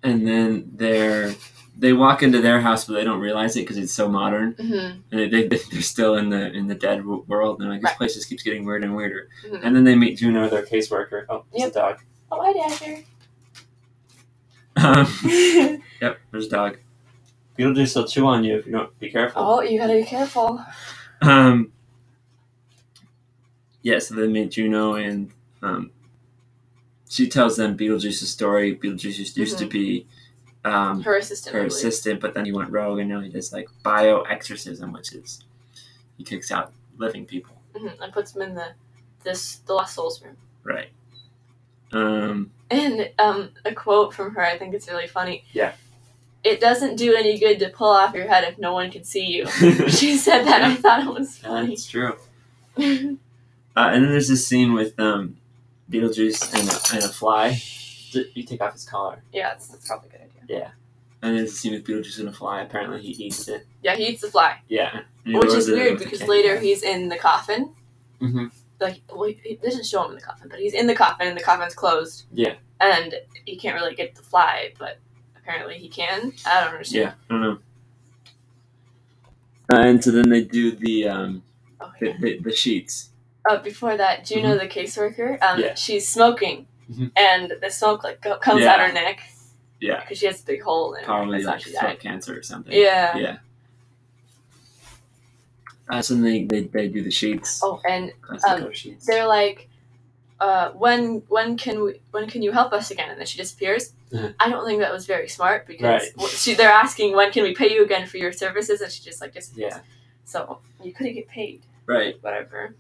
S1: and then they're they walk into their house, but they don't realize it because it's so modern.
S2: hmm
S1: And they, they <laughs> they're still in the in the dead w- world. And they're like this
S2: Right.
S1: place just keeps getting weird and weirder.
S2: Mhm.
S1: And then they meet Juno, their caseworker. Oh, there's
S2: Yep.
S1: a
S2: <laughs>
S1: dog.
S2: Oh, hi,
S1: <laughs>
S2: Dasher.
S1: Um, yep, there's a dog. Beetlejuice will chew on you if you don't be careful.
S2: oh, you gotta be careful. Oh.
S1: Um. Yeah, so they meet Juno, and um, she tells them Beetlejuice's story. Beetlejuice used
S2: Mm-hmm.
S1: to be um,
S2: Her assistant.
S1: her
S2: I believe.
S1: assistant, but then he went rogue, and now he does like bio exorcism, which is he kicks out living people,
S2: Mhm, And puts him in the this the lost souls room.
S1: right? Um, <laughs>
S2: And um, a quote from her, I think it's really funny.
S1: Yeah.
S2: It doesn't do any good to pull off your head if no one can see you. <laughs> she said that. I thought it was funny.
S1: that's true.
S2: <laughs> Mhm.
S1: Uh, and then there's this scene with um, Beetlejuice and a, and a fly. D- You take off his collar,
S2: yeah, that's, that's probably a good idea.
S1: and there's a scene with Beetlejuice and a fly. Apparently, he eats it.
S2: Yeah, he eats the fly,
S1: Yeah, And he
S2: which
S1: lures
S2: is
S1: it in
S2: weird
S1: with a
S2: because
S1: candy
S2: later
S1: bar.
S2: he's in the coffin.
S1: Mhm.
S2: Like, well, he- he doesn't show him in the coffin, but he's in the coffin and the coffin's closed.
S1: Yeah.
S2: And he can't really get the fly, but apparently he can. I don't understand.
S1: Yeah, I don't know. Uh, and so then they do the um,
S2: Oh, yeah.
S1: the, the, the sheets.
S2: Uh, before that, Juno, the caseworker, um,
S1: Mm-hmm. Yeah.
S2: she's smoking,
S1: Mhm.
S2: and the smoke like go- comes out
S1: Yeah.
S2: her neck.
S1: Yeah.
S2: because she has a big hole in her.
S1: Probably
S2: That's how
S1: like
S2: she
S1: foot
S2: died.
S1: cancer or something.
S2: Yeah.
S1: Yeah. Uh, so then they, they, they do the sheets.
S2: Oh, and
S1: Classic
S2: um,
S1: cover sheets.
S2: they're like, uh, when when can we when can you help us again? And then she disappears.
S1: Mhm.
S2: I don't think that was very smart because
S1: Right.
S2: w she, they're asking when can we pay you again for your services, and she just like disappears.
S1: Yeah.
S2: So you couldn't get paid,
S1: Right.
S2: whatever.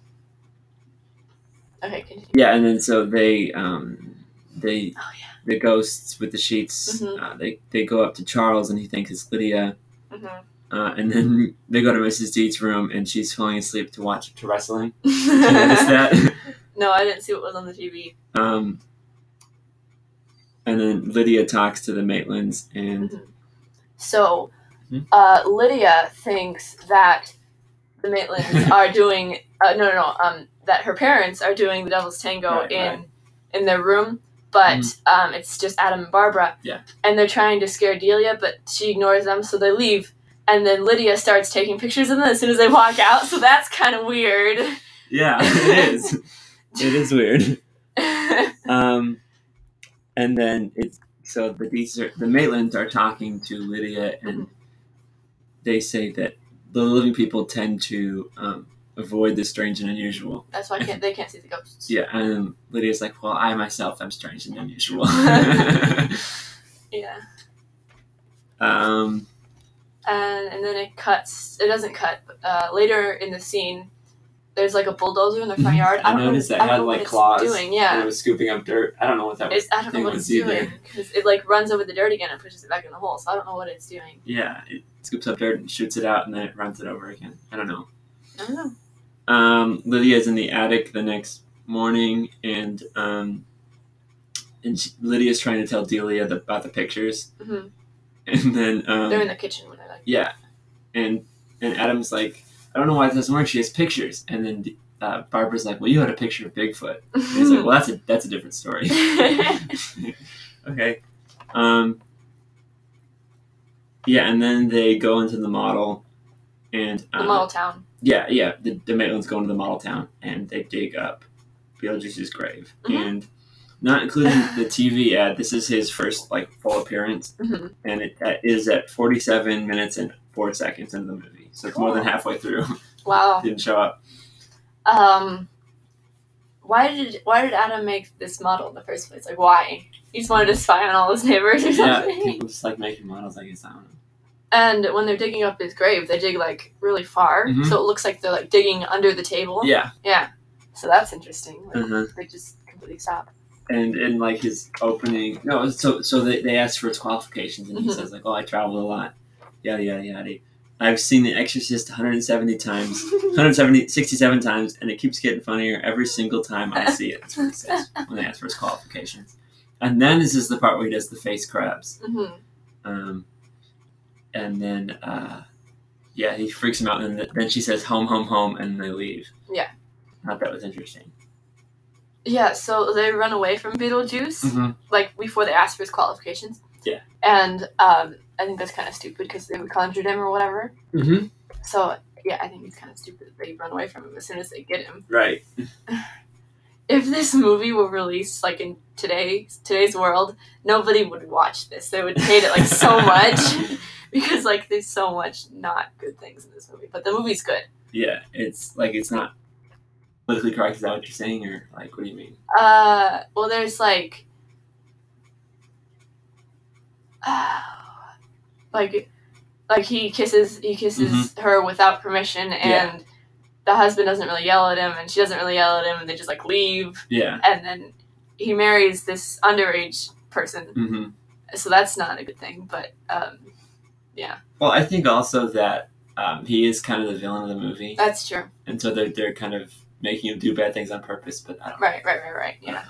S2: Okay, continue.
S1: Yeah, and then so they um they
S2: Oh
S1: the ghosts with the sheets
S2: Mhm.
S1: uh, they they go up to Charles and he thinks it's Lydia.
S2: yeah. <laughs>
S1: Uh, and then <laughs> they go to Mrs. Deet's room and she's falling asleep to watch to wrestling. <laughs> Did you notice
S2: Mhm.
S1: that? <laughs>
S2: no, I didn't see what was on the TV.
S1: Um, and then Lydia talks to the Maitlands and
S2: Mm-hmm. So,
S1: Hmm?
S2: uh, Lydia thinks that the
S1: <laughs>
S2: Maitlands are doing uh, no, no, no, um, that her parents are doing the Devil's Tango
S1: Right,
S2: in
S1: right.
S2: in their room, but um, it's just Adam and Barbara.
S1: Yeah.
S2: and they're trying to scare Delia, but she ignores them, so they leave. And then Lydia starts taking pictures of them as soon as they walk out, so that's kind of weird. <laughs>
S1: yeah, it is. it is weird. Um, and then it's so the Deets are, the Maitlands are talking to Lydia, and they say that the living people tend to um, avoid the strange and unusual.
S2: that's why I can't, they can't see the ghosts.
S1: Yeah, and Lydia's like, "Well, I myself am strange and <laughs> unusual."
S2: Yeah.
S1: um,
S2: and and then it cuts. It doesn't cut. Uh, later in the scene, there's like a bulldozer in their front yard.
S1: Mhm. I
S2: don't know-
S1: noticed it
S2: I don't
S1: had,
S2: know what
S1: like,
S2: it's
S1: claws,
S2: Doing
S1: And
S2: yeah,
S1: it was scooping up dirt. I don't know what that was.
S2: it's, I don't know
S1: thing
S2: what
S1: was
S2: it's
S1: either.
S2: doing because it like runs over the dirt again and pushes it back in the hole. So I don't know what it's doing.
S1: Yeah, it scoops up dirt and shoots it out, and then it runs it over again. I don't know.
S2: I don't know.
S1: um, Lydia's in the attic the next morning, and um, and she, Lydia's trying to tell Delia the, about the pictures, <laughs>
S2: Mhm.
S1: and then um,
S2: They're in the kitchen when I <laughs> like.
S1: yeah, and and Adam's like, I don't know why this doesn't work. She has pictures, and then uh, Barbara's like, Well, you had a picture of Bigfoot. And he's like,
S2: Hmm.
S1: Well, that's a that's a different story. <laughs> okay, um, yeah, and then they go into the model, and
S2: the
S1: um,
S2: model town.
S1: yeah, yeah. The, the Maitlands go into the model town and they dig up Beetlejuice's grave.
S2: Mhm.
S1: And not including the TV ad, this is his first like full appearance,
S2: Mhm.
S1: and it that is at 47 minutes and four seconds into the movie. So it's more than
S2: Cool.
S1: halfway through. <laughs>
S2: Wow.
S1: Didn't show up.
S2: Um, why did why did Adam make this model in the first place? Like, why? He just wanted to spy on all his neighbors or
S1: Yeah,
S2: something.
S1: people just like making models. I guess I don't know.
S2: And when they're digging up his grave, they dig like really far,
S1: Mhm.
S2: so it looks like they're like digging under the table.
S1: Yeah,
S2: Yeah. So that's interesting. Like,
S1: uh-huh.
S2: They just completely stop. <laughs>
S1: and and like his opening. No, so so they they asked for his qualifications, and he
S2: Mhm.
S1: says like, "Oh, I travel a lot." Yada yada yada. I've seen The Exorcist 170 times.
S2: Mm-hmm.
S1: 170, 67 times, and it keeps getting funnier every single time I see it. That's what it
S2: <laughs>
S1: says when they ask for his qualifications. And then this is the part where he does the face crabs.
S2: Mhm.
S1: Um, and then, uh, yeah, he freaks him out, and th- then she says, home, home, home, and they leave.
S2: Yeah.
S1: Thought that was interesting.
S2: Yeah. So they run away from Beetlejuice.
S1: Mm-hmm.
S2: like before they asked for his qualifications.
S1: Yeah.
S2: And um, I think that's kind of stupid because they would conjured him or whatever.
S1: Mm-hmm.
S2: So yeah, I think it's kind of stupid that they run away from him as soon as they get him.
S1: Right.
S2: If this movie were released like in today today's world, nobody would watch this. They would hate it
S1: <laughs>
S2: like so much <laughs> because like there's so much not good things in this movie. But the movie's good.
S1: Yeah, it's like it's not politically correct. Is that what you're saying, or like, what do you mean?
S2: Uh, well, there's like, <sighs> uh, like, like he kisses he kisses her without permission,
S1: Mm-hmm. Yeah.
S2: and the husband doesn't really yell at him, and she doesn't really yell at him, and they just like leave,
S1: Yeah.
S2: and then he marries this underage person,
S1: Mm-hmm.
S2: so that's not a good thing. But um,
S1: Well, I think also that um, he is kind of the villain of the movie,
S2: that's true.
S1: and so they're they're kind of making him do bad things on purpose. But I don't.
S2: Right, right, right, right. Yeah.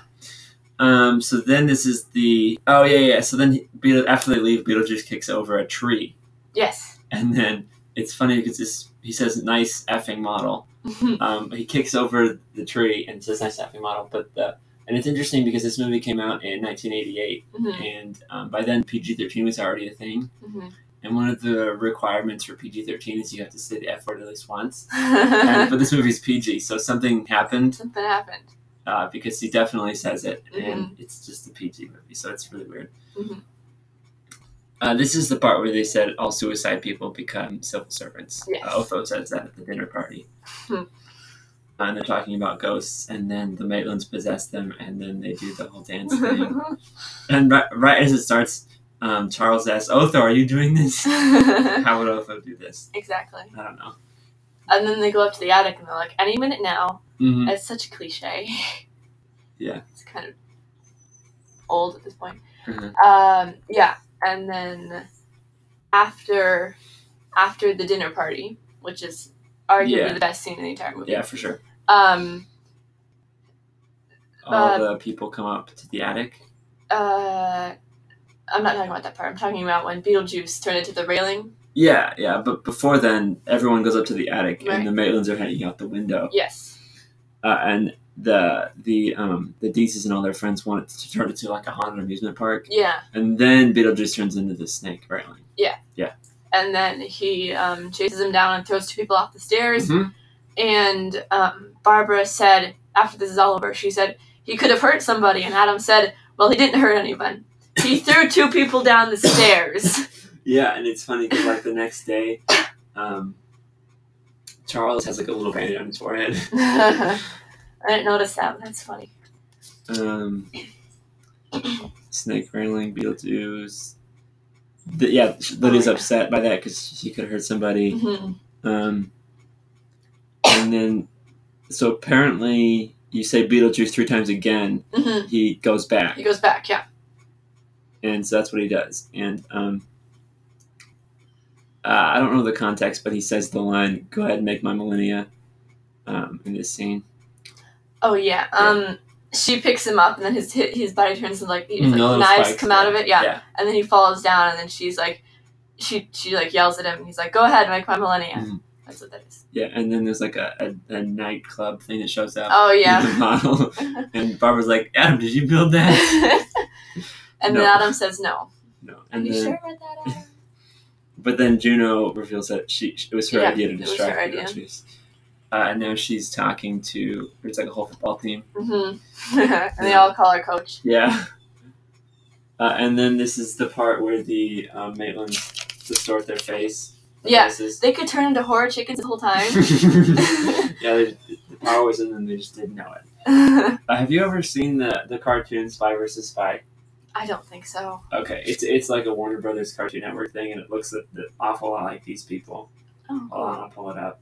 S1: Um. So then this is the oh yeah yeah. So then he- Beetle, after they leave, Beetlejuice kicks over a tree,
S2: Yes. <laughs>
S1: and then it's funny because this he says nice effing model.
S2: Mm-hmm.
S1: Um. He kicks over the tree and says nice effing model, but the and it's interesting because this movie came out in 1988,
S2: Mhm,
S1: and um, by then PG-13 was already a thing.
S2: mhm.
S1: And one of the requirements for PG-13 is you have to say the F word at least once.
S2: Uh-huh.
S1: and, but this movie's PG, so something happened
S2: <laughs> Something happened.
S1: uh, because he definitely says it, and
S2: Mhm.
S1: it's just a PG movie, so it's really weird.
S2: Mhm.
S1: Uh, this is the part where they said all suicide people become civil servants.
S2: Yes.
S1: Uh, Otho says that at the dinner party. Uh,
S2: Hmm.
S1: And they're talking about ghosts, and then the Maitlands possess them, and then they do the whole dance
S2: <laughs>
S1: thing. and right, right as it starts, um, Charles asks, Otho, are you doing
S2: <laughs>
S1: this? How would Otho do this?
S2: exactly.
S1: I don't know.
S2: And then they go up to the attic and they're like, any minute now.
S1: hmm
S2: That's such a cliche. <laughs>
S1: Yeah.
S2: It's kind of old at this point.
S1: Mhm.
S2: Um, yeah. And then after after the dinner party, which is arguably
S1: Yeah.
S2: the best scene in the entire movie.
S1: Yeah, for sure.
S2: Um
S1: all
S2: Uh,
S1: the people come up to the attic.
S2: uh I'm not talking about that part. I'm talking about when Beetlejuice turned into the railing.
S1: Yeah, yeah, but before then, everyone goes up to the attic,
S2: Right.
S1: and the Maitlands are hanging out the window,
S2: Yes.
S1: uh, and the the um the Deeses and all their friends want it to turn into like a haunted amusement park,
S2: Yeah.
S1: and then Beetlejuice turns into the snake railing.
S2: And then he um, chases him down and throws two people off the stairs.
S1: Mhm.
S2: and um, Barbara said after this is all over, she said he could have hurt somebody, and Adam said, "Well, he didn't hurt anyone. <laughs> He threw two people down the <laughs> stairs."
S1: Yeah, and it's funny because like the next day, um, Charles has like a little bandage on his forehead. <laughs>
S2: I didn't notice that. but That's funny.
S1: Um, snake railing, Beetlejuice. The, yeah, Lydia's
S2: Oh, yeah.
S1: upset by that
S2: Mm-hmm.
S1: because she could have hurt somebody.
S2: Mhm.
S1: Um, and then so apparently you say Beetlejuice three times again,
S2: hmm
S1: he goes back,
S2: He goes back, yeah.
S1: and so that's what he does. And um, uh, I don't know the context, but he says the line, "Go ahead, make my millennia," um, in this scene.
S2: Oh yeah. Um, she picks him up, and then his his his body turns and like, he just,
S1: Mm, all
S2: like
S1: those
S2: knives
S1: spikes,
S2: come out of it. Yeah.
S1: Yeah.
S2: And then he falls down, and then she's like, she she like yells at him, and he's like, "Go ahead, make my millennia."
S1: Mhm.
S2: That's what that is.
S1: Yeah, and then there's like a, a, a nightclub thing that shows up. <laughs>
S2: Oh
S1: With
S2: yeah. <laughs>
S1: the model, and Barbara's like, "Adam, did you build that?"
S2: and
S1: No.
S2: then Adam says no.
S1: No,
S2: Are
S1: and
S2: you
S1: then
S2: sure about that, Adam?
S1: <laughs> But then Juno reveals that she it was her
S2: Yeah,
S1: idea to
S2: it was
S1: distract
S2: her
S1: the
S2: idea.
S1: Beetlejuice. Uh, and now she's talking to it's like a whole football team.
S2: hmm <laughs> and they all call her coach.
S1: Yeah. <laughs> Uh, and then this is the part where the um, Maitlands distort their face. Their
S2: Yeah.
S1: faces.
S2: They could turn into horror chickens the whole time. <laughs>
S1: <laughs> yeah, they, the power was in them. They just didn't know it.
S2: I
S1: Uh, have you ever seen the the cartoon Spy versus Spy?
S2: don't think so.
S1: Okay, it's it's like a Warner Brothers Cartoon Network thing, and it looks a- an awful lot like these people.
S2: Oh,
S1: Hold on, I'll pull it up.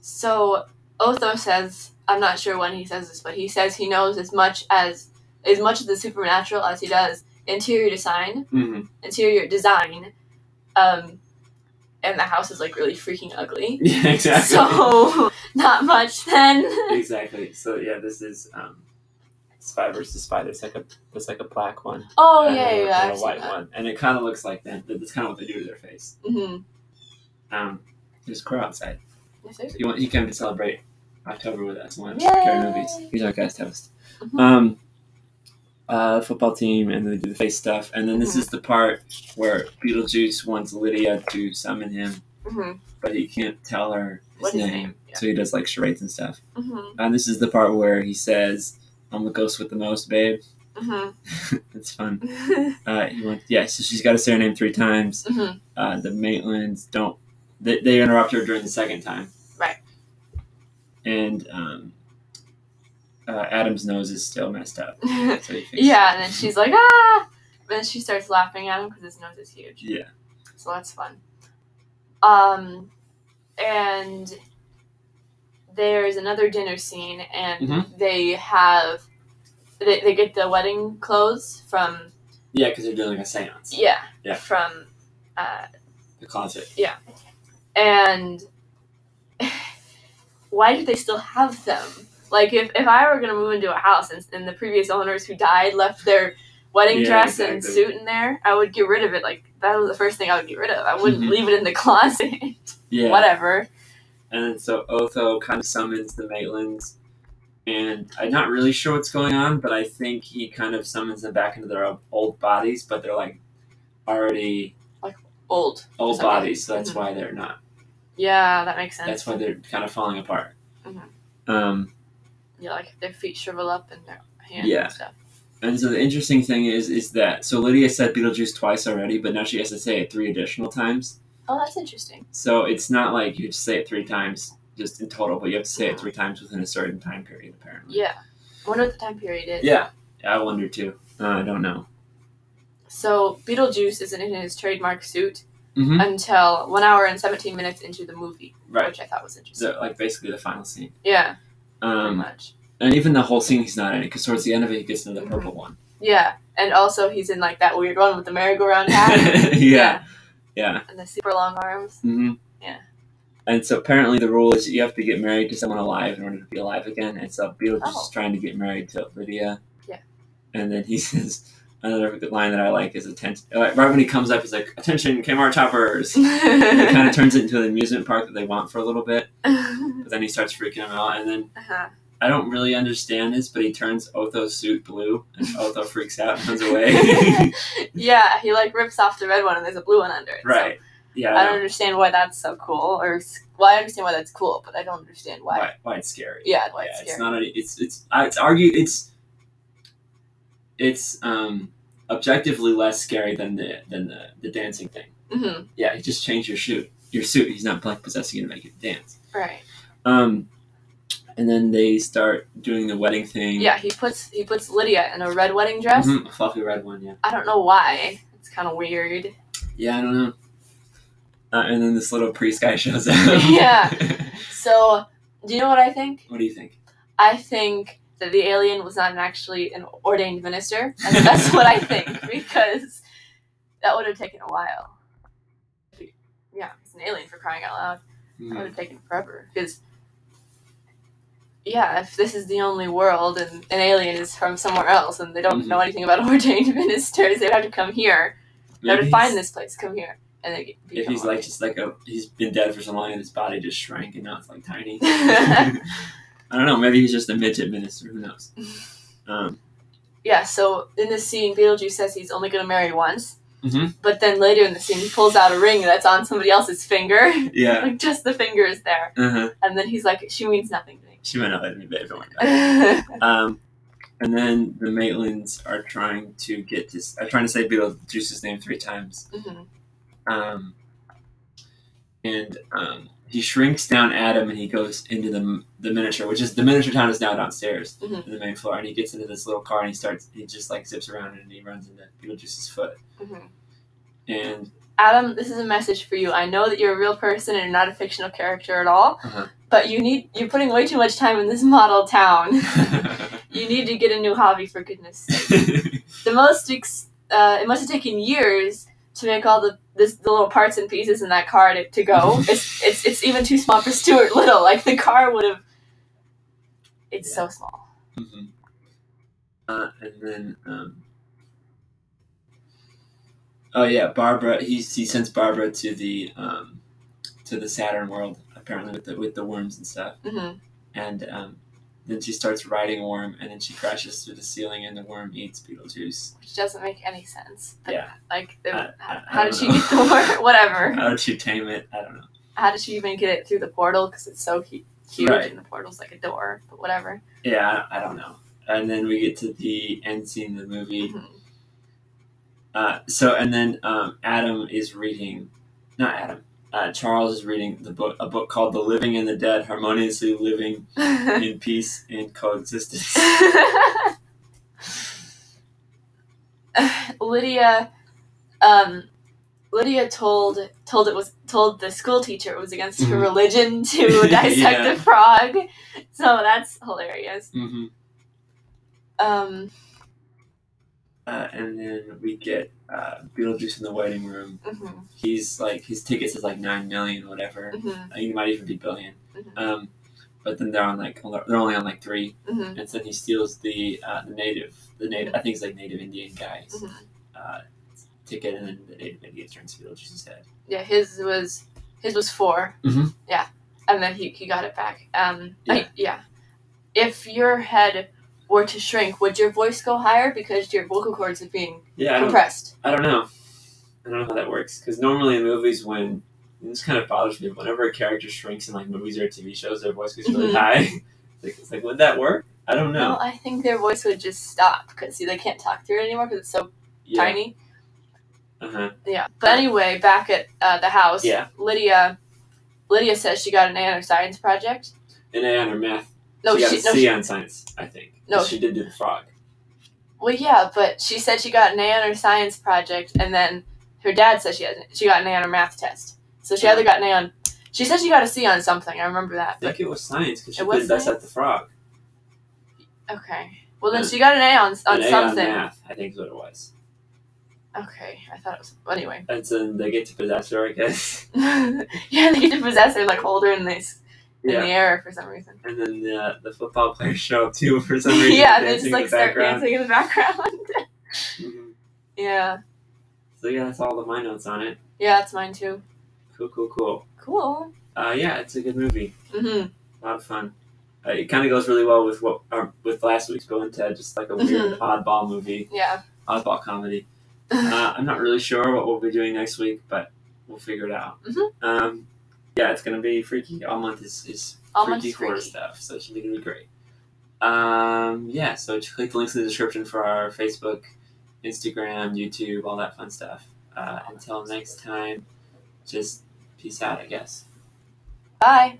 S2: So Otho says, I'm not sure when he says this, but he says he knows as much as as much of the supernatural as he does interior design,
S1: Mm-hmm. <laughs>
S2: interior design, um, and the house is like really freaking ugly.
S1: Yeah, exactly.
S2: So <laughs> not much <laughs> then.
S1: exactly. So yeah, this is um, Spy versus Spy. There's like a there's like a black one.
S2: Oh
S1: and
S2: yeah,
S1: a,
S2: yeah, yeah.
S1: and
S2: I've
S1: a
S2: seen
S1: white
S2: that.
S1: one, and it kind of looks like that. That- That's kind of what they do to their face.
S2: Mhm.
S1: Um, there's a crowd outside.
S2: Yes, sir.
S1: If you want, you can celebrate October with us. One
S2: Yay! Mm-hmm.
S1: scary movies. Here's our guest host. Um, uh, football team, and they do the face stuff, and then this
S2: Mhm.
S1: is the part where Beetlejuice wants Lydia to summon him,
S2: Mhm.
S1: but he can't tell her his
S2: What his
S1: name,
S2: name, yeah.
S1: so he does like charades and stuff.
S2: Mhm.
S1: And Uh, this is the part where he says, "I'm the ghost with the most, babe." <laughs>
S2: Mhm.
S1: it's fun.
S2: <laughs> Mhm.
S1: Uh, he wants, yeah. So she's got to say her name three times.
S2: Mhm.
S1: Uh, the Maitlands don't. They, they interrupt her during the second time.
S2: Right.
S1: And um, uh, Adam's nose is still messed
S2: <laughs>
S1: up. So he fixes
S2: yeah,
S1: it.
S2: and then she's like, ah! But then she starts laughing at him because his nose is huge.
S1: Yeah.
S2: So that's fun. Um, and there's another dinner scene, and
S1: Mhm.
S2: they have they, they get the wedding clothes from
S1: Yeah, because they're doing like a séance.
S2: yeah,
S1: Yeah.
S2: from uh,
S1: The closet.
S2: and <laughs> why do they still have them? Like if, if I were gonna move into a house and, and the previous owners who died left their wedding
S1: Yeah,
S2: dress and
S1: exactly.
S2: suit in there, I would get rid of it. Like that was the first thing I would get rid of. I wouldn't
S1: Mhm.
S2: leave it in the <laughs> closet.
S1: Yeah.
S2: Whatever.
S1: And then so Otho kind of summons the Maitlands, and I'm not really sure what's going on, but I think he kind of summons them back into their old bodies, but they're like already
S2: Old.
S1: old
S2: Something.
S1: bodies, so that's
S2: Mhm.
S1: why they're not.
S2: Yeah, that makes sense.
S1: Mm-hmm. That's why they're kind of falling apart.
S2: Mhm.
S1: Um,
S2: yeah, like their feet shrivel up and their hands
S1: Yeah.
S2: and stuff.
S1: and so the interesting thing is, is that so Lydia said Beetlejuice twice already, but now she has to say it three additional times.
S2: Oh, that's interesting.
S1: So it's not like you just say it three times just in total, but you have to say it
S2: Mhm.
S1: three times within a certain time period, apparently.
S2: Yeah. I wonder what the time period is.
S1: Yeah, I wonder too. Uh, I don't know.
S2: So Beetlejuice isn't in his trademark suit
S1: Mm-hmm.
S2: until one hour and seventeen minutes into the movie.
S1: Right.
S2: Which I thought was interesting.
S1: So like basically the final scene.
S2: Yeah, pretty
S1: Um,
S2: much.
S1: and even the whole scene, he's not in it because towards the end of it, he gets into the purple
S2: <laughs>
S1: one.
S2: Yeah, and also he's in like that weird one with the merry-go-round hat
S1: yeah, <laughs> yeah.
S2: and the super long arms.
S1: hmm
S2: Yeah.
S1: And so apparently the rule is you have to get married to someone alive in order to be alive again. And so Beetlejuice
S2: Oh.
S1: is trying to get married to Lydia.
S2: Yeah.
S1: And then he <laughs> says another good line that I like is attention. Like, right when he comes up, he's like, "Attention, Kmart
S2: <laughs>
S1: choppers." it kind <laughs> of
S2: uh-huh.
S1: turns it into an amusement park that they want for a little bit, but then he starts freaking him out, and then I don't really understand this, but he turns Otho's suit blue,
S2: <laughs>
S1: and Otho freaks out and runs away.
S2: Yeah, he like rips off the red one and there's a blue one under it.
S1: <laughs>
S2: so
S1: right. Yeah.
S2: I
S1: I
S2: don't
S1: know.
S2: understand why that's so cool, or s- well, I understand why that's cool, but I don't understand why.
S1: Why, why it's scary.
S2: Yeah, why
S1: yeah,
S2: it's
S1: it's
S2: scary.
S1: not. A, it's it's I- it's argue it's it's um objectively less scary than the than the, the dancing thing.
S2: hmm
S1: Yeah, he just changed your suit. Your suit. He's not black possessing you to make you dance.
S2: Mm-hmm. Right.
S1: Um, and then they start doing the wedding thing.
S2: Yeah, he puts he puts Lydia in a red wedding dress.
S1: Mhm, a fluffy red one. Yeah.
S2: I don't know why. It's kind of weird.
S1: Yeah, I don't <laughs> know. Uh, and then this little priest guy shows up.
S2: Yeah. So Do you know what I think?
S1: <laughs> What do you think?
S2: I think that the alien was not an actually an ordained minister, and that's what I think
S1: <laughs>
S2: because that would have taken a while. Yeah, it's an alien for crying out loud. It
S1: Mm.
S2: would have taken forever because. Yeah, if this is the only world and an alien is from somewhere else and they don't know
S1: Mm-hmm.
S2: anything about <laughs> ordained ministers, they'd have to come here. They'd
S1: Maybe
S2: have to
S1: he's-
S2: find this place, come here, and they
S1: If he's
S2: <laughs>
S1: like <laughs> just like a he's been dead for so long and his body just shrank and now it's like
S2: <laughs>
S1: tiny. <laughs> I don't know. Maybe he's just a midget minister. Who
S2: <laughs>
S1: knows? Um,
S2: yeah, so in this scene, Beetlejuice says he's only going to marry once.
S1: Mhm.
S2: But then later in the scene, he pulls out a ring that's on somebody else's finger. <laughs>
S1: yeah.
S2: like, just the finger is there.
S1: Uh-huh.
S2: And then he's like, she means nothing to
S1: <laughs>
S2: Mm-hmm.
S1: She might not let me, babe. Don't worry about it.
S2: me.
S1: Um, and then the Maitlands are trying to get this. I'm trying to say Beetlejuice's name three times.
S2: Mhm.
S1: Um, and um, he shrinks down Adam and he goes into the, the miniature, which is the miniature town is now downstairs
S2: Mhm.
S1: in the main floor. And he gets into this little car and he starts, he just like zips around and he runs into Beetlejuice's foot.
S2: Mhm.
S1: And <laughs>
S2: Adam, this is a message for you. I know that you're a real person and you're not a fictional character at all,
S1: Uh-huh.
S2: but you need you're putting way too much time in this
S1: <laughs>
S2: model town. you need to get a new hobby for goodness sake. the most ex- uh, it must have taken years to make all the this, the little parts and pieces in that car to, to go.
S1: <laughs>
S2: it's, it's it's even too small for Stuart Little. Like the car would have. It's so small.
S1: Mhm. uh, and then, um, oh yeah, Barbara. He he sends Barbara to the um, to the Saturn world apparently with the with the worms and stuff.
S2: hmm
S1: and um, then she starts riding a worm, and then she crashes through the ceiling, and the worm eats Beetlejuice.
S2: Which doesn't make any sense. But,
S1: Yeah.
S2: Like, the,
S1: I- I- I
S2: how did
S1: don't
S2: she
S1: know.
S2: get the word? <laughs> Whatever.
S1: How did she tame it? I don't know.
S2: How did she even get it through the portal? Because it's so hu- huge,
S1: Right.
S2: and the portal's like a door. But whatever.
S1: Yeah, I, I don't know. And then we get to the end scene of the movie.
S2: Mhm.
S1: Uh, so, and then um, Adam is reading, not Adam. Uh, Charles is reading the book, a book called "The Living and the Dead: Harmoniously Living
S2: Mm-hmm. <laughs>
S1: in Peace and Coexistence."
S2: <laughs> Lydia, um, Lydia told told it was told the school teacher it was against her
S1: Mhm. <laughs>
S2: religion to dissect
S1: Yeah.
S2: a frog, so that's hilarious.
S1: hmm
S2: Um,
S1: Uh, and then we get uh, Beetlejuice in the waiting room.
S2: mhm,
S1: He's like his ticket says like nine million, whatever.
S2: mhm,
S1: I think it might even be 1000000000
S2: Mhm.
S1: Um, but then they're on like they're only on like three,
S2: mhm,
S1: and so then he steals the uh, the native the native I think it's like native Indian guy's
S2: mhm.
S1: uh, ticket, and then the native Indian turns to Beetlejuice's head.
S2: yeah, his was his was 4
S1: Mhm.
S2: Yeah, and then he he got it back. Um, I-
S1: Yeah.
S2: yeah. If your head were to shrink, would your voice go higher because your vocal cords are being
S1: Yeah, I don't,
S2: compressed?
S1: I don't know, I don't know how that works because normally in movies when and this kind of bothers me whenever a character shrinks in like movies or TV shows, their voice gets really
S2: Mhm.
S1: high. <laughs> It's like, it's like would that work? I don't know.
S2: No, I think their voice would just stop because see, they can't talk through it anymore because it's so
S1: yeah.
S2: tiny.
S1: Uh-huh.
S2: Yeah. But anyway, back at uh, the house,
S1: Yeah.
S2: Lydia, Lydia says she got an A on her science project.
S1: And A on her math.
S2: No,
S1: she got
S2: she,
S1: a
S2: no,
S1: C
S2: she-
S1: on science, I think.
S2: No,
S1: she did do the frog.
S2: well, yeah, but she said she got an A on her science project, and then her dad said she had, she got an A on her math test. So she either got an A on, she said she got a C on something. I remember that.
S1: I
S2: But,
S1: think it was science because she
S2: It was
S1: couldn't dissect the frog.
S2: okay. Well, then she got an A on on
S1: An A
S2: something.
S1: on math, I think is what it was.
S2: okay, I thought it was well, anyway. <laughs>
S1: And so they get to possess her, I guess. <laughs>
S2: yeah, they get to possess her, like hold her in this in
S1: Yeah.
S2: the air for some reason.
S1: And then the, the football players show up too for some reason.
S2: <laughs> yeah, they
S1: dancing
S2: just
S1: in
S2: like
S1: the
S2: start
S1: background.
S2: dancing in the background.
S1: Mhm.
S2: <laughs> yeah,
S1: So yeah, that's all of my notes on it.
S2: yeah, that's mine too.
S1: Cool, cool, cool.
S2: Cool.
S1: Uh, yeah, it's a good movie.
S2: hmm
S1: A lot of fun. Uh, it kind of goes really well with what uh, with last week's Bill and Ted, just like a weird
S2: Mm-hmm.
S1: oddball movie,
S2: Yeah.
S1: oddball comedy. Uh, I'm not really sure what we'll be doing next week, but we'll figure it out.
S2: Mhm.
S1: Um, yeah, it's gonna be freaky. All month is, is
S2: All month's
S1: freaky horror
S2: freaky.
S1: stuff, so it should be gonna be great. Um, yeah, so just click the links in the description for our Facebook, Instagram, YouTube, all that fun stuff. Uh, until next time, just peace out, I guess.
S2: <laughs> Bye.